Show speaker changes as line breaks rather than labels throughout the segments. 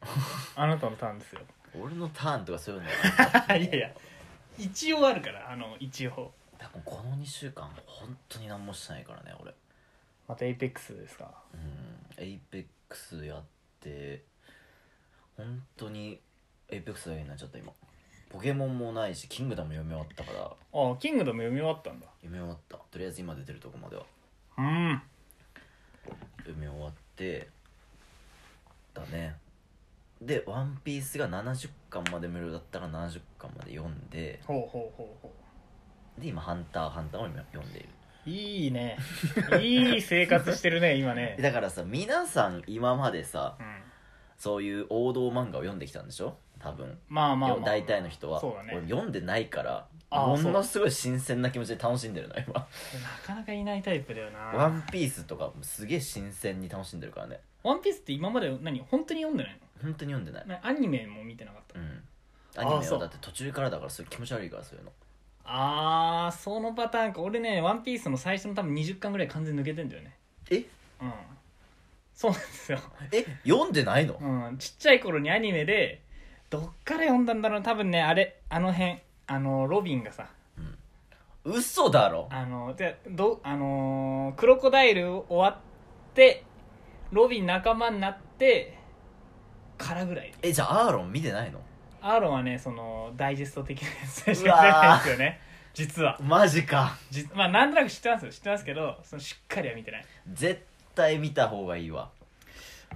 あなたのターンですよ
俺のターンとかそういうの
いやいや一応あるからあの一応
多分この2週間本当に何もしてないからね俺
またエイペックスですか
うんエイペックスやって本当にエイペックスだけになっちゃった今ポケモンもないしキングダムも読み終わったから読
ああキングダム読み終わったんだ
み終わったとりあえず今出てるとこまでは
うん
読み終わってだねで「ワンピースが70巻まで無料だったら70巻まで読んで
ほうほうほうほ
で今「ハンターハンター」を今読んでいる
ういいね いい生活してるね今ね
だからさ皆さん今までさ
うん
そういう王道漫画を読んできたんでしょ多分
まあまあ、
よ
まあ、
大体の人は、
そうだね
俺読んでないから
あ
ものすごい新鮮な気持ちで楽しんでるの今
なかなかいないタイプだよ
「
な
ワ
ワ
ンピースとかもすげえ新鮮に楽しんでるからね
ンピースって今まで何本当に読んでない
本当に読んでない
のなアニメも見てなかった
うんアニ
あ
メ
そ
は
う
だって途中からだからそういう気持ち悪いからそういうの
あーそのパターンか俺ね「ワンピースの最初の多分20巻ぐらい完全に抜けてんだよね
え
うんそうなんですよ、
え読んでないの
うん、ちっちゃい頃にアニメでどっから読んだんだろう多分ねあれあの辺あのロビンがさ
嘘だろ
あのじゃどあのークロコダイル終わってロビン仲間になってからぐらい
えじゃあアーロン見てないの
アーロンはねそのダイジェスト的なやつしか知らないんですよね 実は
マジか
実まあなんとなく知ってますよ知ってますけどそのしっかりは見てない
絶対見た方がいいわ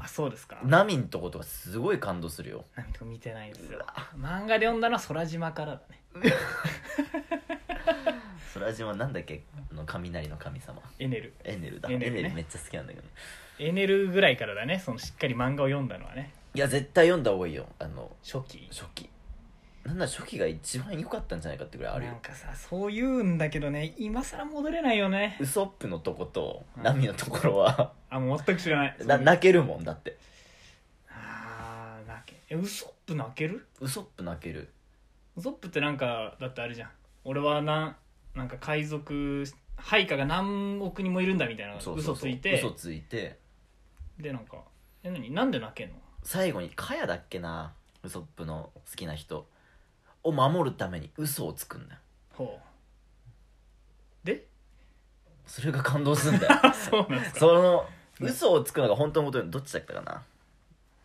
あそうですか
ナミンとことかすごい感動するよ
何とか見てないんですよ漫画で読んだのは空島からだね
空島なんだっけあの雷の神様
エネル
エネルだエ
エ
ネ
ネ
ル,、
ルね
めっちゃ好きなんだけど
エネルぐらいからだねそのしっかり漫画を読んだのはね
いや絶対読んだ方がいいよあの
初期
初期なんなら初期が一番良かったんじゃないかってぐらいあるよ
なんかさそう言うんだけどね今更戻れないよね
ウソップのとこと
うん
ナミのところは
あもう全く知らない
な泣けるもんだって
あー泣けえウソップ泣ける
ウソップ泣ける
ウソップってなんかだってあれじゃん俺はなんなんか海賊配下が何億人もいるんだみたいな
そうそう
嘘つ
そう
いて
嘘ついて
でなんかえ何なんで泣けんの
最後にカヤだっけなウソップの好きな人を守るために嘘をつくんだよ
ほうで
それが感動するんだよ
そうなんですか
その嘘をつくのが本当のことどっちだったかな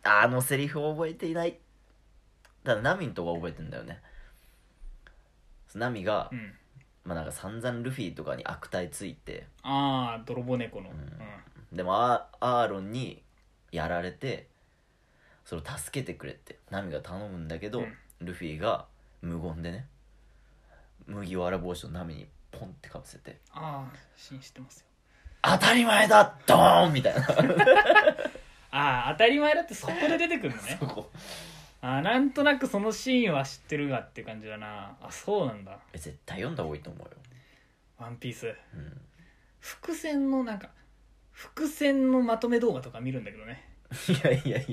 あのセリフを覚えていないただナミのとこは覚えてんだよねナミが、
うん
まあなんか散々ルフィとかに悪態ついて
ああ泥棒猫の、
う
うんん
でもアーアーロンにやられてそれを助けてくれってナミが頼むんだけど、
うん
ルフィが無言でね麦わら帽子をナミにポンってかぶせて
ああ信じてますよ
「当たり前だドーン!」みたい な
ああ当たり前だってそこで出てくるのね
そこ
あーなんとなくそのシーンは知ってるがって感じだなあそうなんだ
え絶対読んだ方がいいと思うよ、
「ワンピース
うん、
伏線のなんか伏線のまとめ動画とか見るんだけどね
いやいやい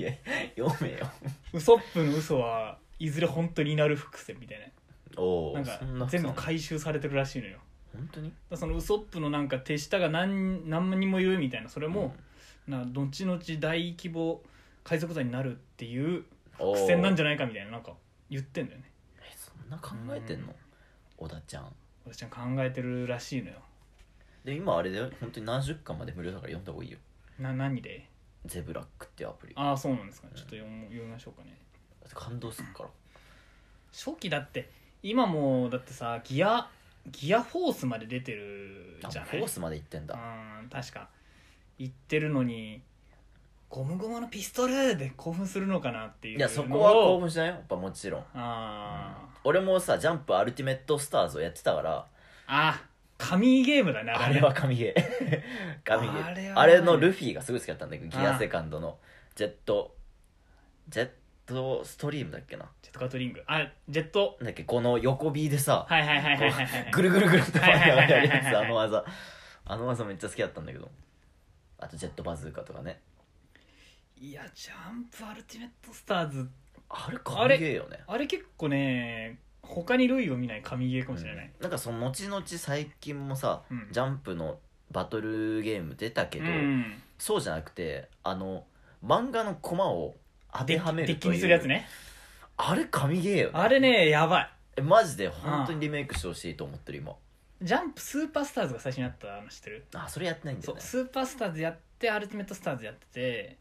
や読めよ
ウソップの嘘はいずれ本当になる伏線みたい
お
な
お
なんか全部回収されてるらしいのよだか
本当に
らそのウソップのなんか手下が何何万人もいるみたいなそれも、な後々大規模海賊団になるっていう
うん
伏線なんじ
ゃ
ゃないかみたいななんか言ってんだよね
えそんな考えてんの小田ちゃん
私ちゃん考えてるらしいのよ
で今あれだよ本当に何十巻まで無料だから読んだ方がいいよ
な何で
ゼブラックっていうアプリ
ああそうなんですかちょっと読も読みましょうかね
感動するから
初期だって今もうだってさギアギアフォースまで出てる
あ
じゃない
フォースまで行ってんだ
うん確か言ってるのにゴムゴムのピストルで興奮するのかなっていう
い
い
やそこは興奮しないよやっぱもちろん
あー
俺もさ「ジャンプアルティメットスターズ」をやってたから
あ神ゲームだね
あ
あれ
れ
は
は 神ゲー神ゲー
あれはね
あれのルフィがすごい好きだったんだけどギアセカンドのジェットジェットストリームだっけな
ジェットカットリングあジェット
なんだっけこの横 B でさ
はいはいはいはいはいはい
ぐるぐるぐるって回りながらやるや
はいはいはいはい
つ
はい
あの技あの技めっちゃ好きだったんだけどあとジェットバズーカとかね
いやジャンプアルティメットスターズ
あれ神ゲーよね
あれ結構ね他に類を見ない神ゲーかもしれない、
うんなんかその後々最近もさ、
うん
ジャンプのバトルゲーム出たけ
う
ど、
ん
そうじゃなくてあの漫画のコマを当てはめる
デッキ
という
にするやつね
あれ神ゲーよね
あれねやばい
えマジで本当にリメイクしてほしいと思ってる今
ジャンプスーパースターズが最初にあったの知ってる
あそれやってないんだ
そ
よ
う
ね
スーパースターズやってアルティメットスターズやってて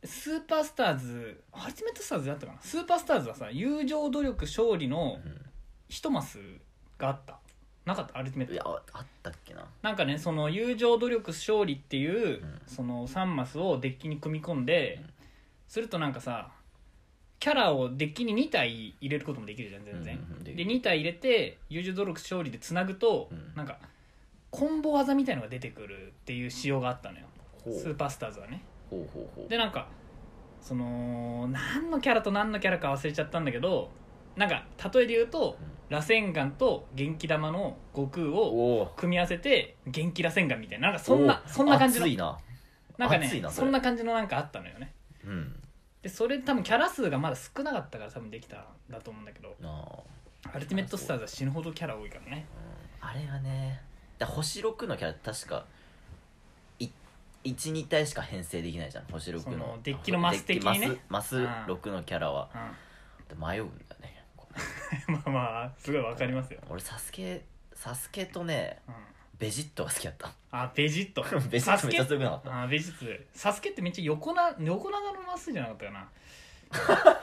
でスーパースターズアルティメットスターズだったかなスーパースターズはさ友情努力勝利の一マスがあったなかったアルティメッ
う
ト
ん、いやああったっけな
なんかねその友情努力勝利っていう、
うん
その3マスをデッキに組み込んで、
うん
するとなんかさキャラをデッキに2体入れることもできるじゃん全然、
うんうんでき
で
る
2体入れて友情努力勝利でつなぐと、
うん
なんかコンボ技みたいのが出てくるっていう仕様があったのよ
ほ
スー
う
パースターズはね
ほうほうほう
でなんかその何のキャラと何のキャラか忘れちゃったんだけどなんか例えで言うと、
うん
螺旋丸と元気玉の悟空を
おお
組み合わせて元気螺旋丸みたいななんかそんなそんな感じの
熱いな
なんかね
熱いなそ
そ
れ
んな感じのなんかあったのよね
うん
でそれ多分キャラ数がまだ少なかったから多分できたんだと思うんだけど
なあ
アルティメットスターズは死ぬほどキャラ多いからね
あれはねだ星6のキャラって確か12体しか編成できないじゃん星6
そ
の
のデッキのマス的にね
デッキマスマス6のキャラは
うん
迷うんだね
まあまあすごいわかりますよ、
俺サスケサスケとね
うん、
ベジットが好きだった
あベジット
ベジットめっちゃ強くなかった
あベジットサスケってめっちゃ横な横長のマスじゃなかったかな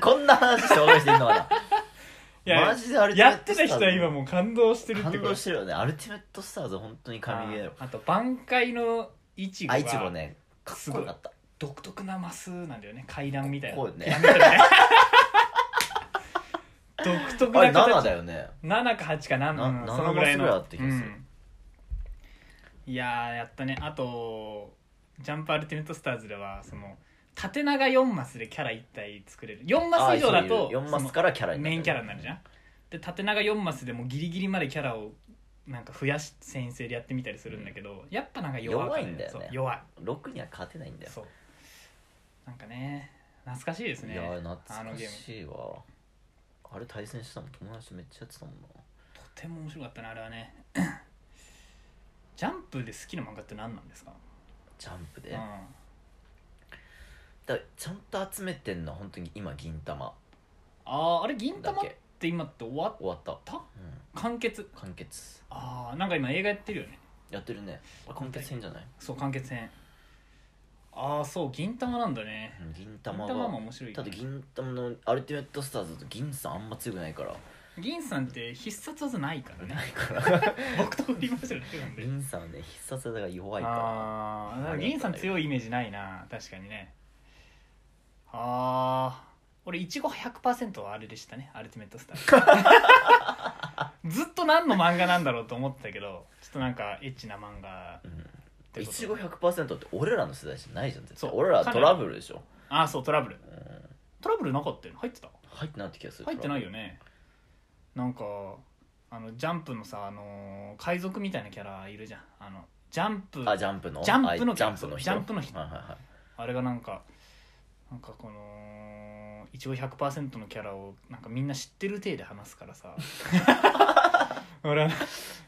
こんな話して俺してんのか
いや
なマジでアルティメ
や
ッ
っ
ト
て
スタ
た
ーズ
人は今もう感動してるって
感
こと
動してるよねアルティメットスターズ本当に神ゲーだよ
ああと挽回のイチゴが
あいちごねかっこよかった
独特なマスなんだよね階段みたいな
こうね
ピラミッドね 独特
あれ
な
7
形
だよね
7か8か何
な
うん
7
そのぐらいの
マスぐらいあった気がする
うんいやーやったねあと「ジャンプアルティメットスターズ」ではその縦長4マスでキャラ1体作れる4マス以上だと
4マスからキャ
そ
ラ
の
にな
メ
る
インキャラになるじゃんで縦長4マスでもギリギリまでキャラをなんか増やし先制でやってみたりするんだけど、やっぱなんか弱かった
弱いんだよね
そう弱い
6には勝てないんだよ
そうなんかね懐かしいですね
いやー
あ
懐
の
か
ゲーム
しいわあれ対戦したもん友達とめっちゃやってたもんな
とても面白かったねあれはね ジャンプで好きな漫画って何なんですか、
ジャンプで、
うん
だ、からちゃんと集めてんのは本当に今銀玉
あーあれ銀
だ
玉っ
け
て今って終わっ
終わった、
た
うん、
完結
完結
ああなんか今映画やってるよね
やってるねあ完結編じゃない、
そう完結編ああそう銀玉なんだね
うん銀
銀
玉
玉
は
も面白いよ
た
ね
だ銀玉のアルティメットスターズだと銀さんあんま強くないから
銀さんって必殺技ないからね
ないから
僕と振り回してるだけなんで
銀さんはね必殺技が弱いか
ああー
あれだったんだけど
銀さん強いイメージないな確かにねああ俺いちご100%はあれでしたねアルティメット スターずっと何の漫画なんだろうと思ってたけどちょっとなんかエッチな漫画
らうん
て
い
こと
ちご100%って俺らの世代じゃないじゃん絶対
そう
俺らはトラブルでしょ、
ああそうトラブル
うん、
トラブルなかったよね入ってた
入ってないって気がする
入ってないよねなんかあのジャンプのさあのー海賊みたいなキャラいるじゃんあのジャンプ
あジャンプの
ジャンプの
あジャンプの人
ジャンプの人
はいはいはい
あれがなんかなんかこの一応100%のキャラをなんかみんな知ってる体で話すからさ 俺はな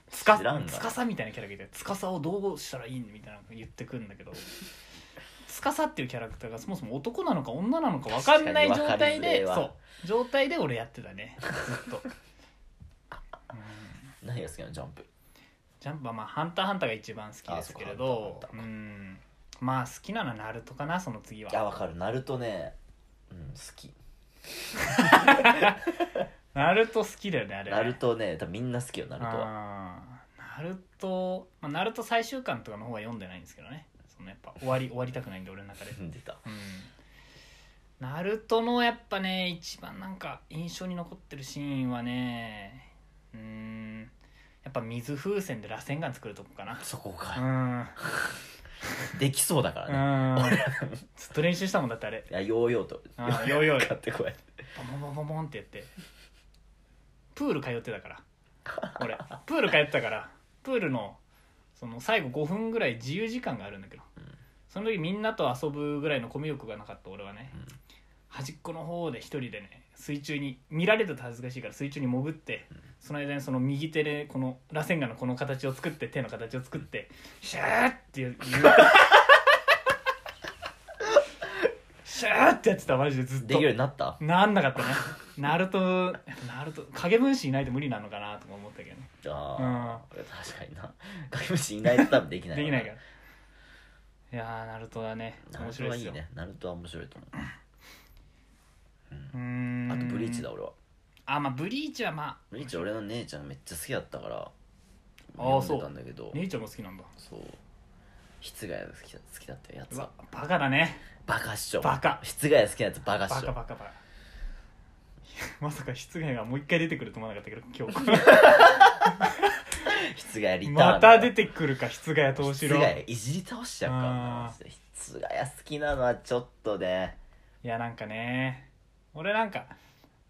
つか
知らんが
つかさみたいなキャラがいてつかさをどうしたらいいんみたいなの言ってくるんだけどつかさっていうキャラクターがそもそも男なのか女なのか分かんない
確
状
かに
態で
分かりづらいわ
そう状態で俺やってたねずっと、うん
何が好きなのジャンプ
ジャンプはまあ「ハンターハンター」が一番好きですけれど
あそうかハンターハンターか
うんまあ好きなのはナルトかなその次はい
やわかるナルトねうん好き
ナルト好きだよねあれ
ナルトね多分みんな好きよナルトは
あーナルト、まあ、ナルト最終巻とかの方は読んでないんですけどねそのやっぱ終わり終わりたくないんで俺の中で、
出た
うん、ナルトのやっぱね一番なんか印象に残ってるシーンはねうーんやっぱ水風船で螺旋丸作るとこか な
そこ
う
か
ん、
できそうだからね
うん、ずっと練習したもんだってあれ
いやヨーヨーと
あーヨーヨー
買ってこい
ボンボンボンボンってやってプール通ってたから俺プール通ってたからプールのその最後5分ぐらい自由時間があるんだけど、
うん
その時みんなと遊ぶぐらいのコミュ力がなかった俺はね、
うん
端っこの方で一人でね水中に見られると恥ずかしいから水中に潜って、その間にその右手でこの螺旋がのこの形を作って手の形を作ってシャーって言うシャーってやってたマジでずっ
でき
と
るようになった
なんなかったねナルトやっぱナルト影分身いないと無理なのかなとか思ったけどね
あー確かにな 影虫いないと多分できない
できないかららいやーナルトはね
ナ
面
ルト
白い
は
で
い
す
い
よ
ねナルトは面白いと思う
うーん
あとブリーチだ俺は
あまあブリーチはま
ブリーチ俺の姉ちゃんめっちゃ好きだったから
あー
読んでたんだけど
あ姉ちゃんも好きなんだ
そう室外が好きだ好きだったや
う
つ
わ
は
バカだね
バカっしょ
バカ
室外好きなやつバカっ
バ
し
カ
ょ
バカバカ まさか室外がもう一回出てくると思わなかったけど今
室外リ
日
ター
ま
ンだ
た出てくるか室外投資
室
郎
外いじり倒しちゃうから
あ
な室外好きなのはちょっとね
いやなんかね俺なんか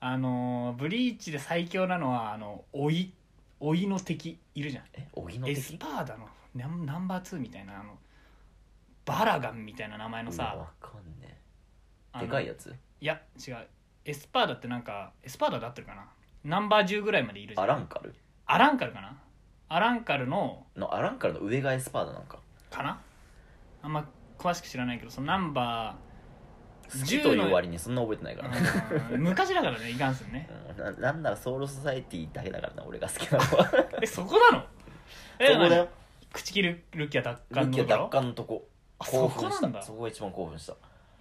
あのーブリーチで最強なのはあの老い老いの敵いるじゃん
えおぎの
エス
敵
パーダのナンナンバー2みたいなあのバラガンみたいな名前の
うわ
さ
わかんね
あ
え
の
でかいやつ
いや違うエスパーダってなんかエスパーダだってるかなナンバー10ぐらいまでいるじゃん
アランカル
アランカルかなアランカルの
のアランカルの上がエスパーだなんか
かなあんま詳しく知らないけどそのナンバ
好き
10
とい
の
う割にそんな覚えてないからね
ー、 うん昔だからねいかんすんね
うんななんならソウルソサエティだけだからな俺が好きなのはそこ
えそこなの え
だよ
口切るルッキア奪
ル
還の
キ
と
ア
ころ
奪還のとこ
あ
興
そ
奮
こ
し
なん
た
だ
そこが一番興奮した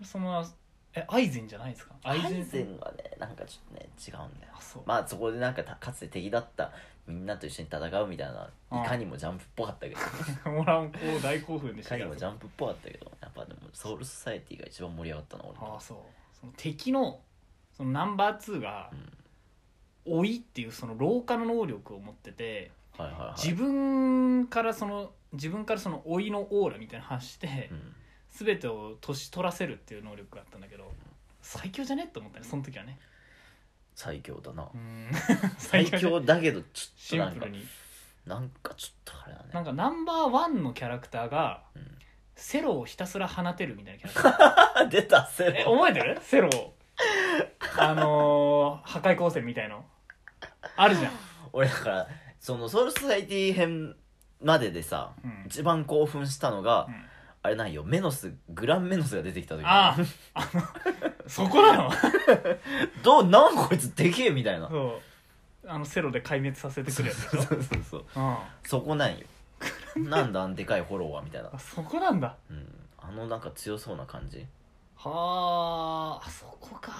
そのえアイゼンじゃないですか
アイゼン
さん
はねなんかちょっとね違うんだよ
あそう、
まあそこでなんかたかつて敵だったみんなと一緒に戦うみたいな
うん
いかにもジャンプっぽ かったけどい
もらんこう大興奮でした
か
け
に
ど
もジャンプっぽかったけどやっぱでもソウルソサエティが一番盛り上がったの俺
ああ
の
そうその敵のそのナンバー2が
うん
老いっていうその老化の能力を持ってて
はいはいはい
自分からその自分からその老いのオーラみたいなの発して
うん
全てを年取らせるっていう能力があったんだけど最強じゃねって思ったねその時はね
最強 だな
うん
最
じゃね
強だけどち
シ
ょ
ン
っとなん
プ
か
ルに
なんかちょっとあれだね
なんかナンバーワンのキャラクターが
うん
セロをひたすら放てるみたいなキャラクター
あ 出たセ
え
ロ
覚えてるセロをあのー、破壊光線みたいのあるじゃん、
俺だからそのソウルソサエティ編まででさ
うん
一番興奮したのが、
うん
あれないよメノスグランメノスが出てきた時
あああのそこなの
どうなんこいつでけえみたいな
そうあのセロで壊滅させてくるやつでしょ、
そうそうそう
うん、あ
そこなんよなんだあんでかいフォロワーみたいな、
そこなんだ
うん、あのなんか強そうな感じ、
はああそこか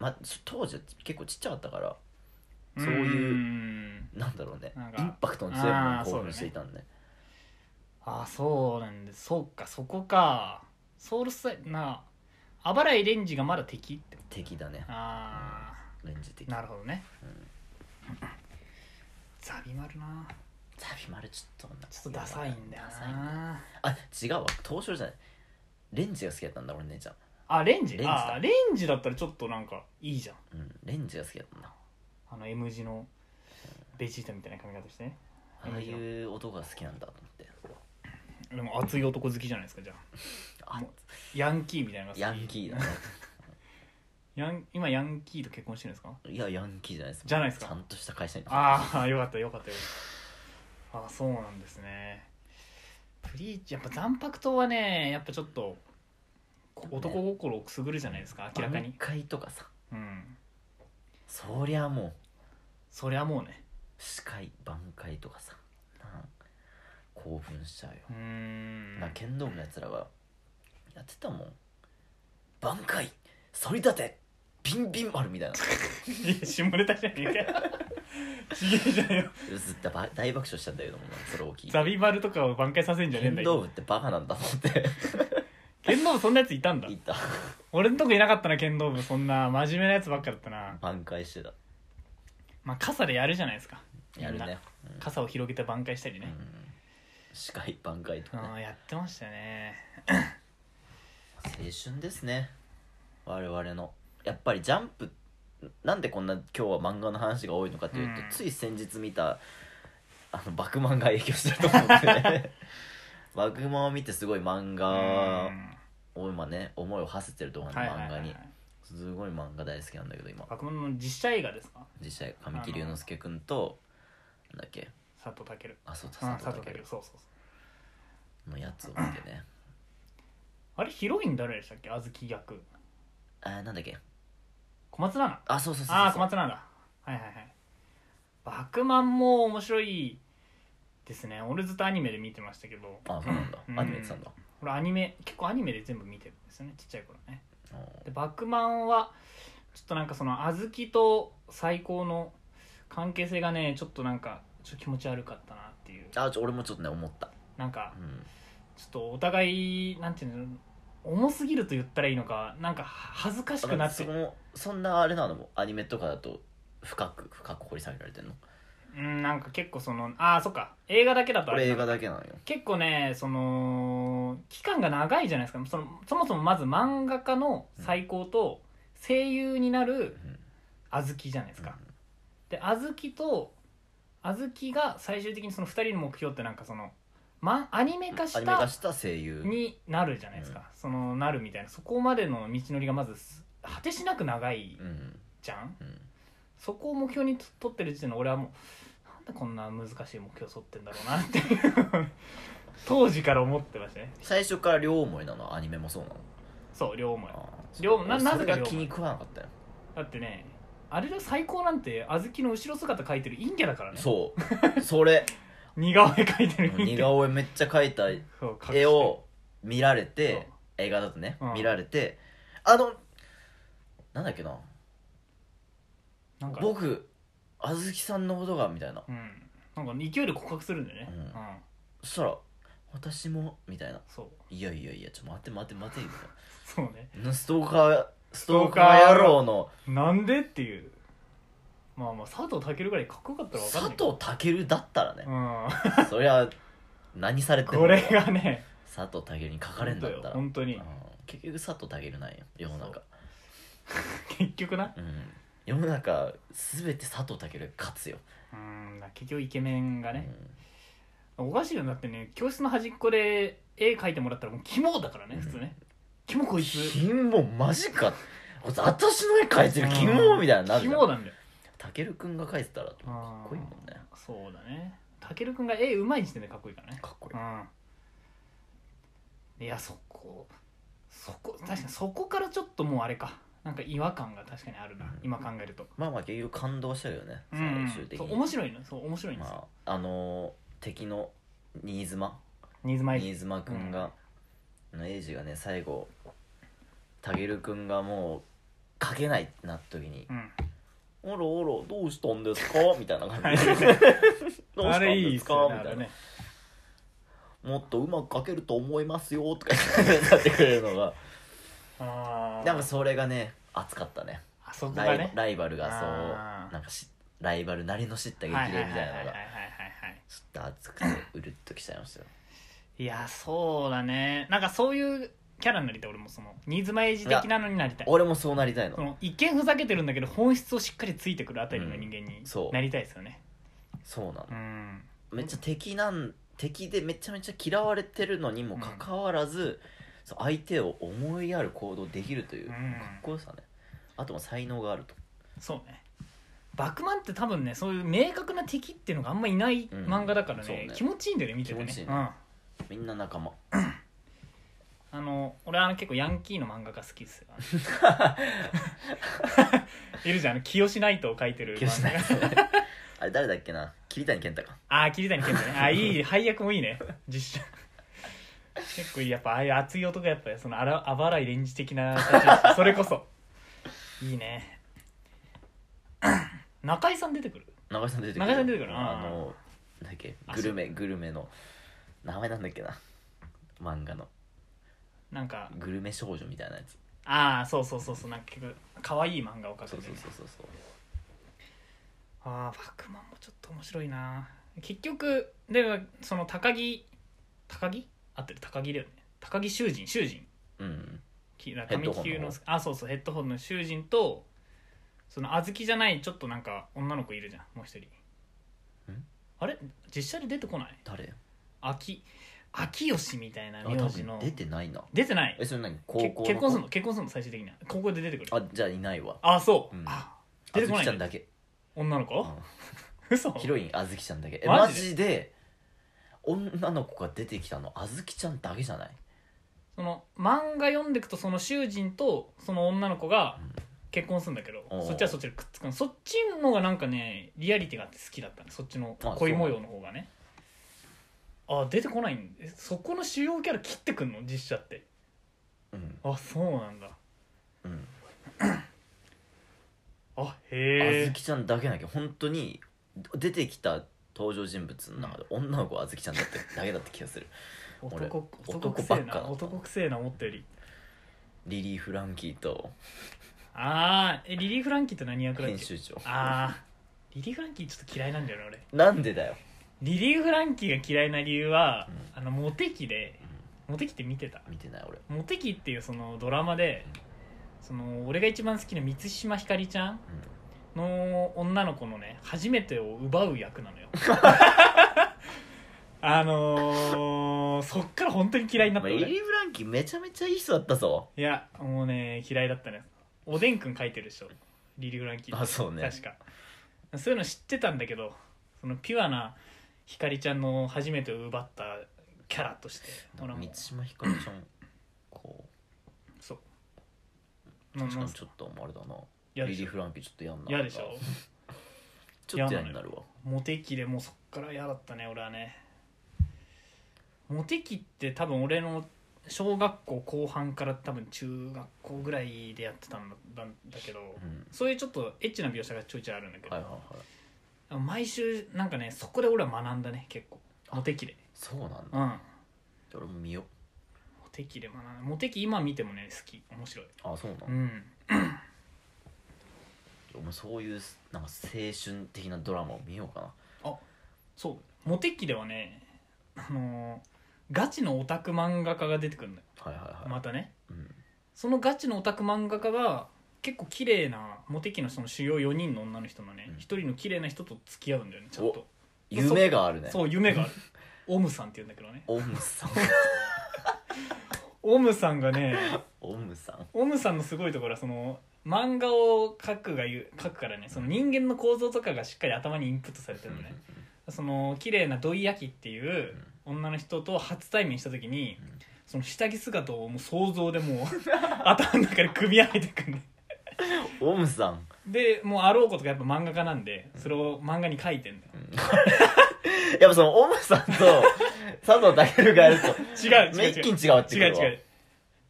まあ、そ当時は結構ちっちゃかったから
ん
そういうなんだろうね
なんか
インパクトの強いもの
あー
に興奮し
そうだね
ていたんで、
ああそうなんでそうかそこかソウルスタイなああばらいレンジがまだ敵って
敵だね
あ
レンジ的
あなるほどね、
うん
ザビマルな
ザビ丸ちょっとな
ちょっとダサいんだよ
ダサいんだよ
な
あ違うわ東証じゃないレンジが好きだったんだ俺姉ちゃん、
あレンジ
レンジだ
あレンジだったらちょっとなんかいいじゃん
うん、レンジが好きだったんだ
あの M 字のベジータみたいな髪型してね
ああいう音が好きなんだと思って
でも熱い男好きじゃないですかじゃあ
あ
もヤンキーみたいなのが好き
ヤンキーだね
ヤン今ヤンキーと結婚してるんですか
いやヤンキーじゃないです
じゃないですか
ちゃんとした会社に
ああよかったよかったよかったああそうなんですねブリーチやっぱ残白刀はねやっぱちょっとこ男心をくすぐるじゃないですか明らか
挽
に
回とかさ
うん
そりゃもう
そりゃもうね
司会挽回とかさなん興奮しちゃうよ
うーん
な剣道部のやつらがやってたもん挽回反り立てビンビン丸みたいな
いや下ネタじゃねえかよちげえじゃんよ
ずっとば大爆笑したんだけどもそれを聞い
ザ
て
ビバルとかを挽回させんじゃねえんだ
剣道
よ
部ってバカなんだと思って
剣道部そんなやついたんだ
言った
俺んとこいなかったな剣道部そんな真面目なやつばっかだったな
挽回してた
まあ傘でやるじゃないですか
やる
みんな
ねうん
傘を広げて挽回したりね、
うん司会挽回とかね
ああやってましたね
青春ですね我々のやっぱりジャンプなんでこんな今日は漫画の話が多いのかというと、
うん
つい先日見たあのバクマンが影響してると思うんで ねバクマンを見てすごい漫画を今ね思いを馳せてると思う
うん
の
はいはいはい
漫画にすごい漫画大好きなんだけど今
学問の実写映画ですか
実際神木隆之介君となんだっけ
佐藤健
あそうだ
うん
佐
佐
藤
藤健
健
そうそうそう
のやつを見てね
ああれヒロイン誰でしたっけ小豆役
えー、なんだっけ
小松菜奈
あそうそうそうそう
ああ小松菜奈だはいはいはいバクマンも面白いですね俺ずっとアニメで見てましたけど
あそうなんだ
うん
アニメやってたんだ、
これアニメ結構アニメで全部見てるんですよねちっちゃい頃ね
あ
でバックマンはちょっとなんかその小豆と最高の関係性がねちょっとなんかちょっと気持ち悪かったなっていう
ーあちょ俺もちょっとね思った
なんか
うん
ちょっとお互いなんていうの重すぎると言ったらいいのかなんか恥ずかしくな
あ
って
そこ
う
もそんなあれなのもアニメとかだと深く深く掘り下げられてんの
んなんか結構そのああそっか映画だけだとあ
俺
れ
映画だけなのよ
結構ねその期間が長いじゃないですかそのそもそもまず漫画家の最高と声優になる
うん
小豆じゃないですか、で小豆と小豆が最終的にその2人の目標ってなんかその、ま、アニメ化
ア
し
ニメ化
た
した声優
になるじゃないですか、そのなるみたいなそこまでの道のりがまずす果てしなく長い
うん
じゃん
うん
そこを目標にと取ってる時点で俺はもうなんでこんな難しい目標を取ってんだろうなっていう 当時から思ってましたね
最初から両思いなのアニメもそうなの
そう両思い
あー
両
そう
ななぜか
そ
両
れが
思い
気に食わなかったよ
だってねあれで最高なんて小豆の後ろ姿描いてる陰キャだからね
そう それ
似顔絵描いてる陰
似
キャ
顔絵めっちゃ描いた
そう隠して
絵を見られて映画だとね
うん
見られてあのなんだっけな
なんか
僕あずきさんのことがみたいな
うん、なんか勢いで告白するんだよね、
うん
うん
そしたら私もみたいな
そう
いやいやいやちょっと待って待って待ってみたいな
そうね
なストーカーストーカー野郎の
なんでっていうまあまあ佐藤健ぐらいかっこよかったら分かん
佐
ないけ
藤
ど
健だったらね、
う
そりゃ何されてん
ん、
の
これがね
佐藤健に書かれんだったら
本当よ
うん
本
結局佐藤健なんよ世の中
当に結局な
うん世の中全て佐藤健が勝つよ、
うん結局イケメンが
う
ね、
ん
おかしいよだってね教室の端っこで絵描いてもらったらもうキモだからね普通ね、キモこいつ
金もマジかこいつ私の絵描いてる金もみたいになる
キ
じゃん
モなんだよ
健くんが描いてたらかっこいいもんね
そうだね健君が絵うまい時点でかっこいいからね
かっこいい
うんいやそこそこ確かにそこからちょっともうあれかなんか違和感が確かにあるな、
うん
今考えると、
まあまあ結局感動したよね
う
最
ん、
終的
そ
に、
う面白いのそう面白いんですよ、
まああのー敵の新妻
新妻
新妻くんが、のエイジがね最後たけるくんがもう書けないってなった時に
うん
「あらあらどうしたんで すか?」みたいな感じで「どうし
あ
たん
れいい
で
っす
すか?」
よね
み
あ
たい
れ
な
ね
「もっとうまく書けると思いますよ」とか言ってなってくれるの が
あー
なんかそれがね熱かったね
あそこ
ラ
が
イバ
ね
ライバルがそう
あー
なんかしライバルなりの知った激
はいはいは
励
い
み
はいは
た
いは
いなの
いは
が
い
ちょっと熱くてうるっときちゃいましたよ
いやそうだねなんかそういうキャラになりたい俺もその新妻エイジ的なのになりたい
俺もそうなりたいの
その一見ふざけてるんだけど本質をしっかりついてくるあたりの人間に
んそう
なりたいですよね、
そうなの
うん
めっちゃ敵なん敵でめちゃめちゃ嫌われてるのにもかかわらず、そう相手を思いやる行動できるという
う
か
ん
っこよさね、あともう才能があると
そうねバクマンって多分ねそういう明確な敵っていうのがあんまいない漫画だから
う
ね,、
んそうね
気持ちいいんだよね見ててね
気持ちいい
うん
ね、みんな仲間
あの俺あの結構ヤンキーの漫画が好きです よいるじゃんあの清ナイトを描いてる
気をし
漫
ない
画
ですね あれ誰だっけな桐谷健太か
ああ桐谷健太ねあーいい配役もいいね実写結構いいやっぱああいう熱い男やっぱそのあらあばらいレンジ的な立ち位置それこそいいね 中井さん出てくる
中井さん出てくる
中井さん出てくる
あのなんだっけ
あ
グルメグルメの名前なんだっけな漫画の
なんか
グルメ少女みたいなやつ
ああそうそうそうそうなんか結構可愛い漫画を描く
そ
ん
う
で
そうそうそうそう
ああバックマンもちょっと面白いな結局でもその高木高木合ってる高木だよね高木囚人囚人
うん
きなん
ヘ
か上
ッドホンの
木のあそうそうヘッドホンの囚人とその小豆じゃないちょっとなんか女の子いるじゃんもう一人あれ実写で出てこない
誰
秋秋吉みたいな
あ多
名字
分
の
出てないな
出てない
えそれ何高校
け結
の子
婚するの結婚するの最終的には高校で出てくる
あじゃあいないわ
ああそう、
うん
あ
あ
出
ず
てこ
き
ない
ちゃ
ん
ん
だ
だけ
女の子、 嘘
ヒロインあずきちゃんだけえ
マ
マ
ジで
ジで女の子が出てきたのあずきちゃんだけじゃない
そその漫画読んでくとその囚人とその女の子が結婚するんだけど、
おー
そっちはそっちでくっつくのそっちの方がなんかねリアリティがあって好きだったねそっちの恋模様の方がねあ出てこないんでそこの主要キャラ切ってくんの実写って
うん
あそうなんだ
うん
あ
あず
へえ
きちゃんだけなきゃ本当に出てきた登場人物の中で女の子はあずきちゃんだってだけだった気がする俺
男男
男
くせえ
ばっかだ
な男くせえな思ったより
リリー・フランキーと
ああリリー・フランキーって何役だっ
編
け
集長
ああリリー・フランキーちょっと嫌いなんだよね俺
なんでだよ
リリー・フランキーが嫌いな理由は、あのモテ期でモテ期って見てた
見てない俺
モテ期っていうそのドラマでその俺が一番好きな満島ひかりちゃんの女の子のね初めてを奪う役な のよあのー、そっから本当に嫌いになっ
まあ
た
リ
俺
リー・フランキーめちゃめちゃいい人だったぞ
いやもうね嫌いだったねおでんくん書いてるでしょリリー・フランキー
あそうね
確かそういうの知ってたんだけどそのピュアなひかりちゃんの初めてを奪ったキャラとして俺はもう
満島ひかりちゃんこ
そう
う
な
確か
な
にちょっとあれだな
嫌で
リ
し
リー・
ょ
フランキーちょっとやんな
嫌でしょ
ちょっと嫌になるわ
モテ期でもうそっから嫌だったね俺はねモテ期って多分俺の小学校後半から多分中学校ぐらいでやってたんだだんだけど、
うん
そういうちょっとエッチな描写がちょいちょいあるんだけど、
はいはいはい
毎週なんかねそこで俺は学んだね結構モテ期で
そうなんだ
うんモ
俺も見よ
テ期で学んだモテ期今見てもね好き面白い
あそうなんだ
うん
俺もそういうなんか青春的なドラマを見ようかな
そうモテ期ではねあのーガチのオタク漫画家が出てくるんだよ
はいはいはい
またね
うん
そのガチのオタク漫画家が結構綺麗なモテ期のその主要4人の女の人のね
うん
一、人の綺麗な人と付き合うんだよねちゃんと、
夢があるね
そう夢 があるオムさんって言うんだけどね
オム さん
オムさんがね
オムさん
オムさんのすごいところはその漫画を描くがゆ描くからねその人間の構造とかがしっかり頭にインプットされてるのねその綺麗な土井焼っていう女の人と初対面した時に
うん
その下着姿をもう想像で もう頭の中で組み上げてくんね
オムさん
でもうあろうことがやっぱ漫画家なんでそれを漫画に書いてんだよ
やっぱそのオ ムさんと佐藤健がやると
違う違う違う
め一気に違うってく
違う
るわ
違う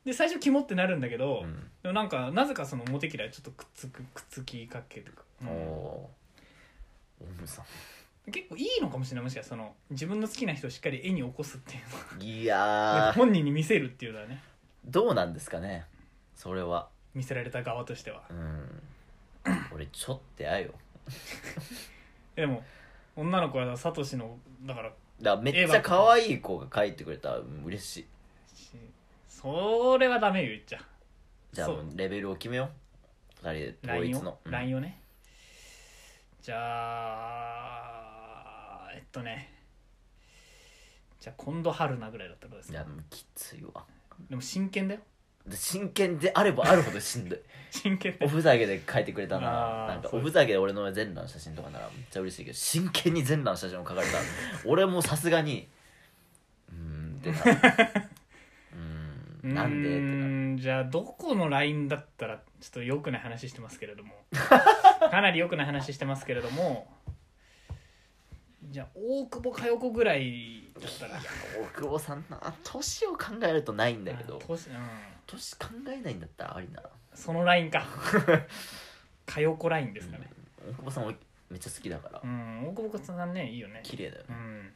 で最初キモってなるんだけど、
うん
でもなんかなぜかそのモテキラちょっとくっつくくっつきかけてく、うん
おーオムさ
結構いいのかもしれないもしかしたらその自分の好きな人をしっかり絵に起こすっていうの
んいやー
本人に見せるっていうのはね
どうなんですかねそれは
見せられた側としては
うん俺ちょっとやよ
でも女の子はサトシのだから
だからめっちゃ可愛い子が書いてくれたらうん嬉しい
しそれはダメよ言っちゃ
じゃあ
そう
もうレベルを決めよう2人で統
LINE
一
を
の、うん
ラインをねじゃあえっとねじゃあ今度春菜ぐらいだったらどうです
いや
か
もうきついわ
でも真剣だよ
で真剣であればあるほどしんどい
真剣だ
お
よ
ふざけで書いてくれた
あ
な
ー
なんか
そう
おふざけで俺の全裸の写真とかならめっちゃ嬉しいけど真剣に全裸の写真を書かれたら俺もさすがにうーんってなるう ーんなんでって
う
なる
ーんじゃあどこの LINE だったらちょっと良くない話してますけれど もかなり良くない話してますけれどもじゃあ大久保佳代子ぐらいだったら
大久保さんな年を考えるとないんだけ
あ
ど
年うん
年考えないんだったらありな
その LINE か佳代子 LINE ですかね
大久保さん俺めっちゃ好きだから
うん大久保さんねいいよね
綺麗だよ
う
ね
ん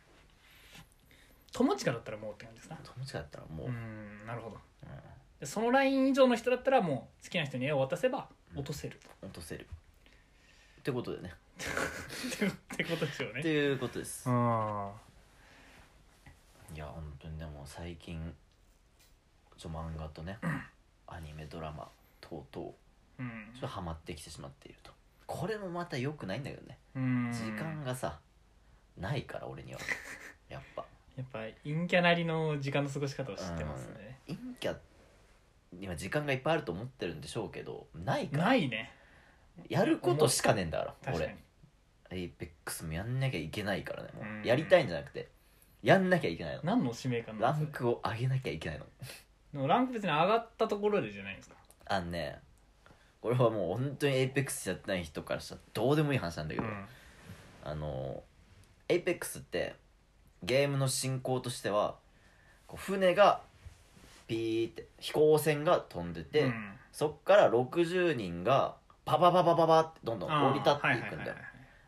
友近だったらもうって感じですな
友近だったらもう、
うんなるほど
うん
でそのライン以上の人だったらもう好きな人に絵を渡せば
うん
落と せる、
落とせるってことでね
ってことですよ
っ
ね
ていうことです
あ
いや本当にでも最近ちょ漫画とねアニメドラマ等々
う
ちょっとハマってきてしまっているとこれもまた良くないんだけどね
ん
時間がさないから俺 にはやっぱ
やっぱ陰キャなりの時間の過ごし方を知ってますね
陰キャには時間がいっぱいあると思ってるんでしょうけどないから
ないね
やることしかねえんだから
確かに
俺エイペックスもやんなきゃいけないからねも
うん
うやりたいんじゃなくてやんなきゃいけないの
何の使命感な
ラ
んで
ン
すか
クを上げなきゃいけないの
でもランク別に上がったところでじゃないんですか
あのねこれはもう本当にエイペックスやってない人からしたらどうでもいい話なんだけ
う
ど、
ん
あのエイペックスってゲームの進行としてはこう船がピーって飛行船が飛んでて、
うん
そっから60人がパパパパパパってどんどん降り立ってい
あーは
くんだよ
いはいはいはい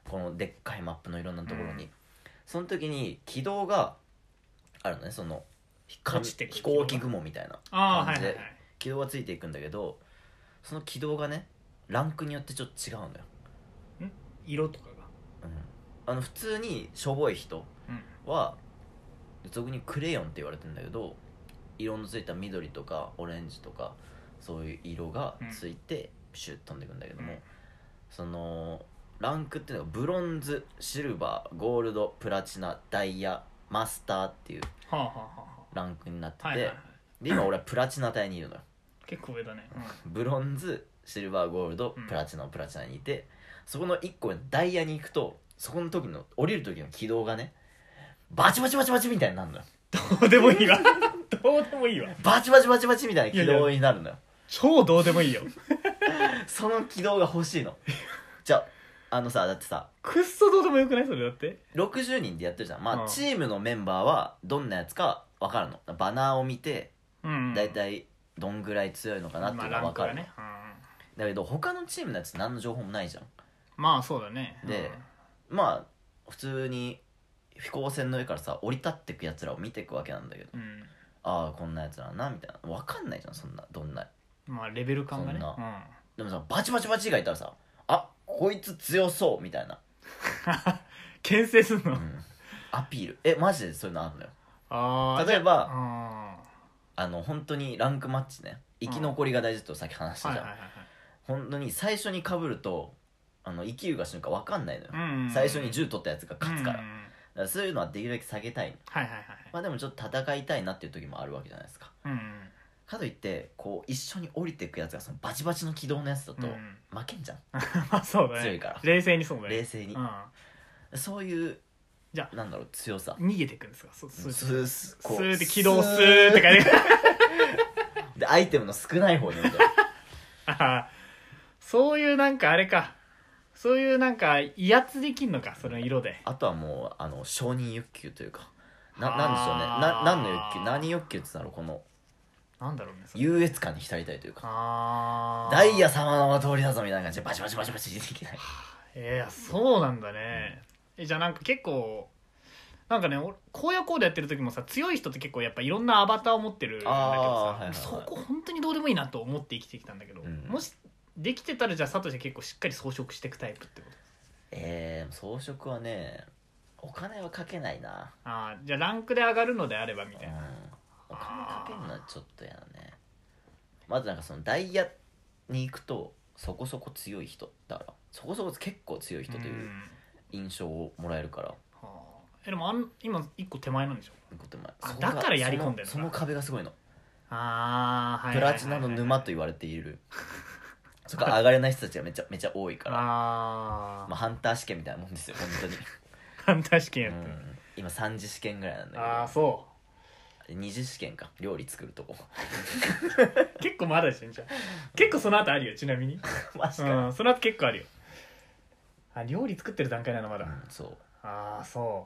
このでっかいマップのいろんなところに、
うん
その時に軌道があるのねその
落ちてくる
飛行機雲みたいな
ああ
感
はい
じ
は
で
いはい
軌道がついていくんだけどその軌道がねランクによってちょっと違うんだよ、
色とかが
うんあの普通にしょぼい人
うん
は俗にクレヨンって言われてんだけど色のついた緑とかオレンジとかそういう色がついてシュッと飛んでいくんだけども、
うん
そのランクっていうのがブロンズシルバーゴールドプラチナダイヤマスターっていう
はあはあは
ランクになって
あは
て、
いはいはい
で今俺はプラチナ帯にいるのよ
結構上だね
ブロンズシルバーゴールドプラチナプラチナにいて、そこの1個のダイヤに行くとそこの時の降りる時の軌道がねバチバチバチバチみたいになるのよ
うんどうでもいいわ どうでもいいわ
バチバチバチバチみたいな軌道になるのよ
超どうでもいいよ
その軌道が欲しいのじゃああのさだってさ
くっそどうでもよくないそれだって
60人でやってるじゃんまあ、
うん
チームのメンバーはどんなやつか分かるのバナーを見て
うん
大体どんぐらい強いのかなって
ま
い
あラ
うのが
ン
分
ク
かる、
がねうん
だけど他のチームのやつ何の情報もないじゃん
まあそうだね
でまあ普通に飛行船の上からさ降り立ってくやつらを見ていくわけなんだけど
うんうん
ああこんなやつらなみたいな分かんないじゃんそんなどんな
まあレベル感がね
そん
うん
でもさバチバチバチがいたらさあこいつ強そうみたいな
牽制するの
うんアピールえマジでそういうのあるのよ
ああ
例えば
あ
あの本当にランクマッチね生き残りが大事とさっき話し
あはい
たじ
は
ゃ
い
ん、
はいはい
本当に最初にかぶるとあの生きるか死ぬか分かんないのよ、
うんうん
最初に銃取ったやつが勝つから,、
うん
だ
うん
からそういうのはできるだけ下げたいの
はいはいはい
まあでもちょっと戦いたいなっていう時もあるわけじゃないですか
うんうん
かといってこう一緒に降りていくやつがそのバチバチの軌道のやつだ
う
と
ん
負けんじゃん、
まあそうだね
強いから
冷静にそうだね
冷静に
う、ん
そういう
じゃあ
なんだろう強さ
逃げていくんですかそう
ス
そう
ース
ス
こう
ーって起動スーってかね
でアイテムの少ない方にみたいな
あ ーそういうなんかあれかそういうなんか威圧できんのかその色で
あとはもうあの承認欲求というか
は
な
あ
なんでしょうねな何の欲求何欲求って言ったのこの
なんだろうねそれ
優越感に浸りたいというか
あー
ダイヤ様の通りだぞみたいな感じでバチバチバチバチできない
えー、そうなんだね、えじゃあなんか結構なんかね俺荒野行動やってる時もさ強い人って結構やっぱいろんなアバターを持ってるんだけどさ、
あーはいはいはい
そこ本当にどうでもいいなと思って生きてきたんだけど、
うん
もしできてたらじゃあサトシは結構しっかり装飾していくタイプってこと
えー、装飾はねお金はかけないな
ああじゃあランクで上がるのであればみ
うん
たいな、
お金かけるのはちょっとやだねまずなんかそのダイヤに行くとそこそこ強い人だからそこそこ結構強い人といううん印象をもらえるから、
はあえでもあん今一個手前なんでしょ
こうやって
あ
そこが
だからやり込んでんのか
そのその壁がすごいの
ああはい
プラチナの沼と
いう
言われてい るそこから上がれない人たちがめちゃめちゃ多いから
ああ、
まあ、ハンター試験みたいなもんですよ本当に、
ハ ンター試験や
う
ってる、
ん、今3次試験ぐらいなん
ああ
だ
そ
けど2次試験か料理作るとこ
う結構まだでしょじゃあ結構その後あるよちなみに
マジか、
うんその後結構あるよあ料理作ってる段階なのまだ、
うんそう
ああそう、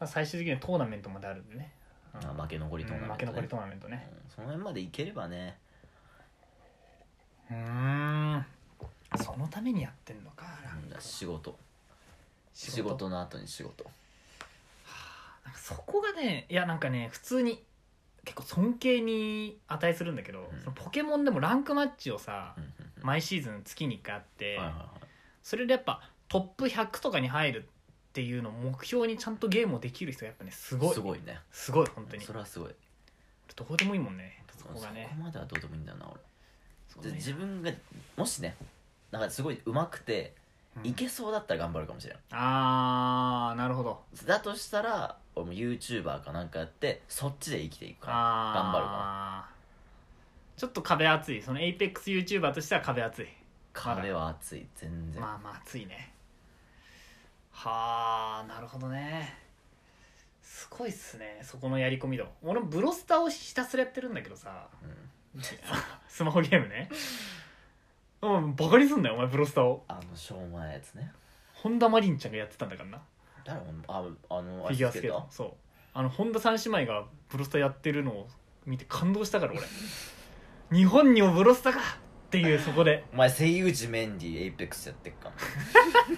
まあ、最終的にはトーナメントまであるんでね、うん
あ負け残りトーナメ
うん負け
ントね
残りトーナメントね
うんその辺までいければね
うーんそのためにやってんのかランク
うん
は
仕事仕事の後に仕事
なんかそこがねいやなんかね普通に結構尊敬に値するんだけど、
うん
そのポケモンでもランクマッチをさ、
うんうんうん
毎シーズン月に1回あって、
はいはいは
それでやっぱトップ100とかに入るっていうのを目標にちゃんとゲームをできる人がやっぱねすごい
すごいね
すごい本当に
それはすごい
どうでもいいもんねそ
そこ
こがね
まではどうでもいいんだよな俺
そ
で
こね
自分がもしねなんかすごい上手くて
うん
いけそうだったら頑張るかもしれない、
あーなるほど
だとしたら俺も YouTuber かなんかやってそっちで生きていくか
あー
頑張る
ちょっと壁厚いそのエイペックス YouTuber としては壁厚い
ら壁は熱い全然、
まあまあ暑いねはあなるほどねすごごいっすねそこのやり込み度俺もブロスターをひたすらやってるんだけど さ
うん
スマホゲームねうんバカにすんなよお前ブロスターを
あのしょうもないやつね
本田マリンちゃんがやってたんだからな
誰もああの
フィギュアスケートそうあの本田三姉妹がブロスターやってるのを見て感動したから 俺日本にもブロスターかっていうそこで
お前声優地メンディーエイペックスやってっ かも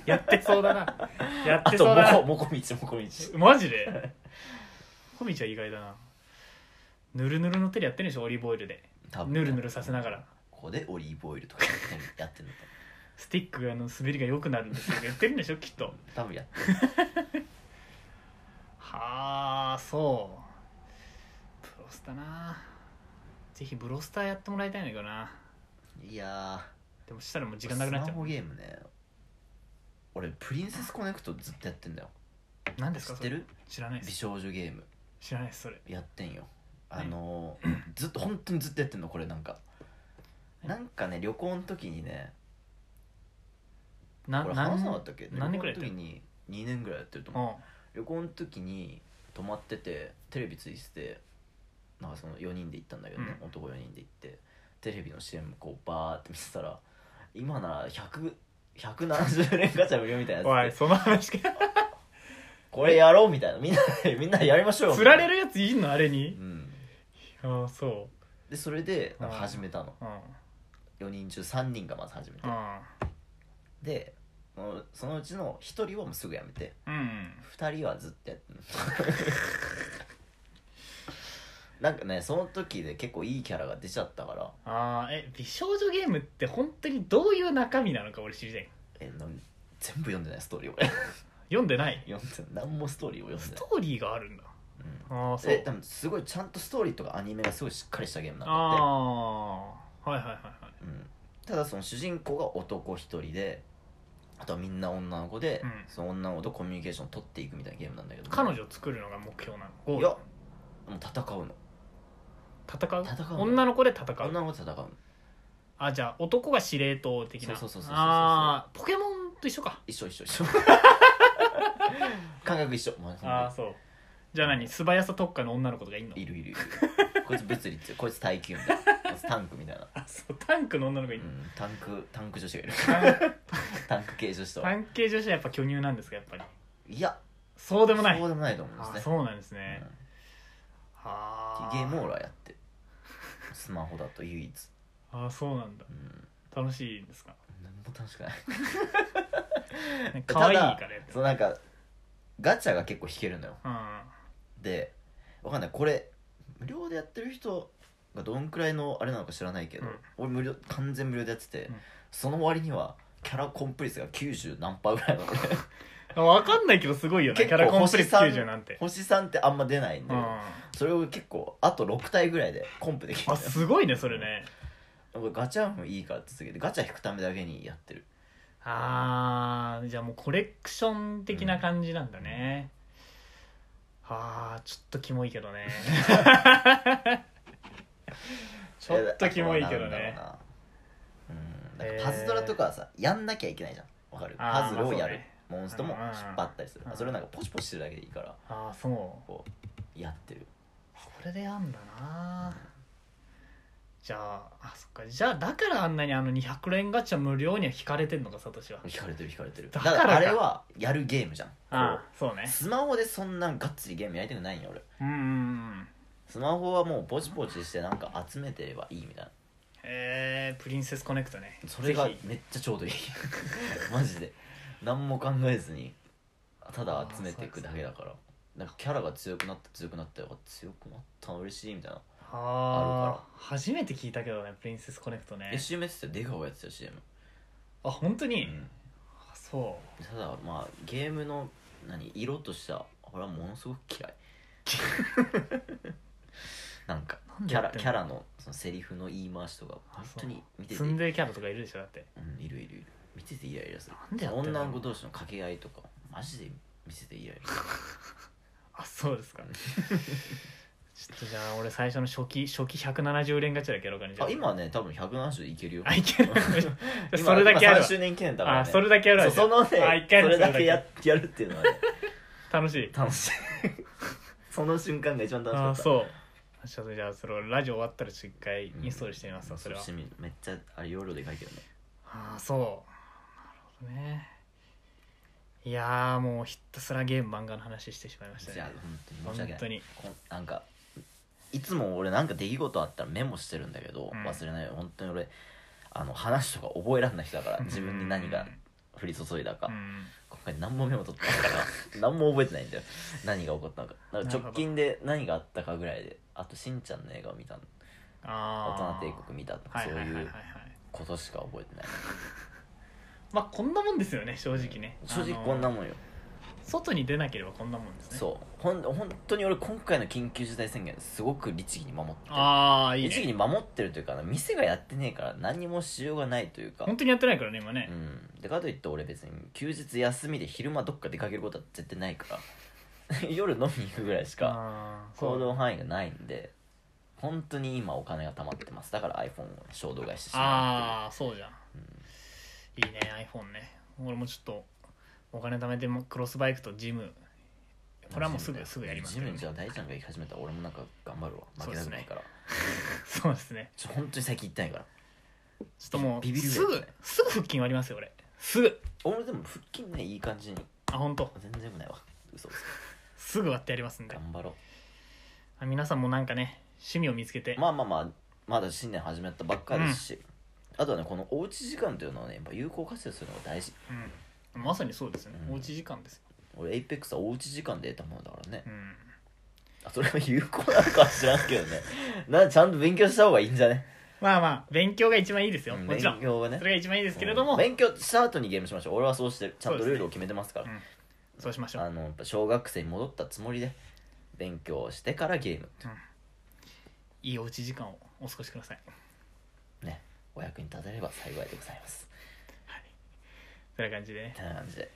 やってそうだなやっ
あ
て
と
そうだな
もこもこみちもこみち
マジで小道は意外だなぬるぬるの手でやってるでしょオリーブオイルで
多
ぬるぬるさせながら
ここでオリーブオイルとか やってんやってんの
スティックがあの滑りが良くなるんですよ 言ってるんでしょきっと
多分多分やって
はあそうブロスタなぜひブロスターやってもらいたいんだけどな
るいや
でもしたらもう
ー
時間なくなっち
ス
ゃ
マホゲームね俺プリンセスコネクトずっとやってんだよ
う何です
知
か
っ
そ
て
れ
る
知らないで
美
す
少女ゲーム
知らないですそれ
やってんよあのーずっと本当にずっとやってんのこれなんかなんかね旅行の時にね
な
これ
何
話さなかったっけ
何年くらいや
旅
ってん
行の時に2年ぐらいやってると思う
の
旅行の時に泊まっててテレビついててなんかその4人で行ったんだけどね、
う
男4人で行ってテレビの CM こうバーって見てたら今なら100 170連ガチャ無料みたいな
うんお
や
い
つで
その 話か
これやろうみたいなみんなみんなやりましょうよ
釣られ
る、
るやついんのあれに
うん、
ああそ
でそれでなんか始めたの
ううん
4人中3人がまず始めて
うん
でもうそのうちの1人はもうすぐやめて
うん
2人はずっとやってる なんかねその時で結構いいキャラが出ちゃったから
ああえ美少女ゲームって本当にどういう中身なのか俺知りたい
えな全 部読んでないストーリー俺
読んでない
読んで何もストーリーを読ん
ス
で
トーリーがあるんだ
ない、
ああ
うん、
そう
え多分すごいちゃんとストーリーとかアニメがすごいしっかりしたゲームなんだっ
ああーはいはいはいはい
て、うん、ただその主人公が男一人であとはみんな女の子で、
うん
その女の子とコミュニケーション取っていくみたいなゲームなんだけど
彼女を作るのが目標なのゴー
い
ル
やもう戦うの
戦う
戦うの
女の子で戦う
女の子と戦うの
あじゃあ男が司令塔的な
そうそうそうそうそうそう
ああポケモンと一緒か
一緒一緒 一緒感覚一緒もう
ああそうじゃあ何素早さ特化の女の子とかいんの
いるいるいるこいつ物理ってこいつ耐久みたいなこいつタンクみたいな、
あそうタンクの女の子
う
いんの、
ん、タンクタンク女子がいる
タン
タンク系女子と
タン系女子はやっぱ巨乳なんですかやっぱり
いや
そうでもない
そうでもないと思うんで
あ
す
ー
ね
そうなんです
う
ね、
ん
ああ
ゲームオーラやってるスマホだと唯一、
ああそうなんだ
うん、
楽しいんですか
何も楽しくない
ね可愛いから
た
やって
そうなんかガチャが結構引けるのよ
うん
でわかんないこれ無料でやってる人がどんくらいのあれなのか知らないけど、
うん
俺無料完全無料でやってて、
うん
その割にはキャラコンプリースが90何パーぐらい なので
あわかんないけどすごいよね
結
キャ
構
ラコンプレックス
星さ
90
ん
なんて
星3ってあんま出ないん
う
で、
ん
それを結構あと6体ぐらいでコンプできる
あすごいねそれね
俺ガチャもいいからって続けてガチャ引くためだけにやってる
あーじゃあもうコレクション的な感じなんだね、あーちょっとキモいけど ねちょっとキモいけど
え
ね
あとなんだろうなうんなんかパズドラとかはさやんなきゃいけないじゃんわかる
あー
パズルを
まあそ
や
う
る、
ね
モンストも
う
引
んうんうん
っ張ったりする、
うん
それなんかポチポチしてるだけでいいから
ああそう
こうやってる
それでやんだなじゃああそっかじゃあだからあんなにあの200連ガチャ無料には引かれてんのかサトシは
引かれてる引かれてる
だ
だ
か
からら
か
あれはやるゲームじゃん
あ
こ
あそうね
うスマホでそんながっつりゲームやりたくないんよ俺
うんうんうん
スマホはもうポチポチしてなんか集めてればいいみたいな
えー、プリンセスコネクトね
それが
ぜひ
めっちゃちょうどい いマジで何も考えずにただ集めていくだけだからなんかキャラが強くなった強くなったよ強くなったの嬉しいみたいな、ある
あ
か
あ初めて聞いたけどねプリンセスコネクト
え
ね
CM やってたよ出川やってたよ CM、
あ本当
う
に、
ん、
あそ
ただまあゲームの何色としては俺はものすごく 嫌いなんか
なんで
キ
や
ャ
って
ラ
んの
キャラのそのセリフの言い回しとか
あ
本
そう
当に見
う
てて、う
ツン
ん、
デレキャラとかいるでしょだって
いるいるいる見ててイライラする
なんでやってんの
女の子同士の掛け合いとかマジで見ててイライラする
あそうですか ちょっとじゃあ俺最初の初期初期170連ガチャだけやろうかねじゃ
あ今はね多分170いけるよ
あいける
今
それだけあるわ
今3周年記念だから、
あ
ね、
それだけあるわ
そうそのね
あ一回やる
それだけややるっていうのはね
楽しい
楽しいその瞬間が一番楽し
あ
か
あ
った
そうちょっとじゃあそれをラジオ終わったらちょっと一回インストールしてみますわ、それは
してみるめっちゃあれ容量でかいけどね
ああそうなるほどねいやーもうひたすらゲーム漫画の話してしまいました
じゃあ
ね
本当に申
本
し訳な
当
い
に
こんなんかいつも俺なんか出来事あったらメモしてるんだけど、
うん
忘れないよ本当に俺あの話とか覚えらんない人だから自分に何が降り注いだか、
うん
今回何もメモ取ってないから 何も覚えてないんだよ何が起こったのかだから直近で何があったかぐらいであとしんちゃんの映画を見たの
ああ
大人帝国見たとか
はい
そう
はいはいはいいうはい
ことしか覚えてない
まあこんなもんですよね正直ね
正直こんな
ん
もんよ
外に出なければこんなもんですね
そうほん本当に俺今回の緊急事態宣言すごく律儀に守ってる
ああいい
律儀に
ね
守ってるというか店がやってねえから何もしようがないというか
本当にやってないからね今
う
ね
んでかといって俺別に休日休みで昼間どっか出かけることは絶対ないから 夜飲みに行くぐらいしか
あーそ
行
う
動範囲がないんで本当に今お金が貯まってますだから iPhone を衝動買いしてしま
ああそうじゃん
うっていう
いいね iPhone ね俺もちょっとお金貯めてもクロスバイクとジム
うん
これはもうすぐすぐやります
ジ
けど
ム
ね
じゃあ大ちゃんが行き始めたら俺もなんか頑張るわ負けたくないから、
そうですね
ちょ本当に最近行ってないから
ちょっともう
ビビるぐ
す
らい
ぐ
だね
すぐ腹筋割りますよ俺すぐ
俺でも腹筋ねいい感じに
あ本当
全然良くないわ嘘嘘
すぐ割ってやりますんで
頑張ろ
あ皆さんもなんかね趣味を見つけて、
うまあまあまあまだ新年始まったばっかりですし、あとはねこのおうち時間というのはねやっぱ有効活用するのが大事
うん、まさにそうですね、
うん
おうち時間ですよ
俺エイペックスはおうち時間で得たものだからね、
うん
あそれは有効なのかは知らんけど ねなちゃんと勉強した方がいいんじゃね
まあまあ勉強が一番いいですよ、
うん
もちろん
勉強はね
それが一番いいですけれども、
うん勉強した後にゲームしましょう俺はそうしてるちゃんとルールを決めてますから
うんそうしましょう
あのやっぱ小学生に戻ったつもりで勉強をしてからゲーム
いいおうち時間をお過ごしください、
ねお役に立てれば幸いでございます
はい、そんな感じでね
てな感じで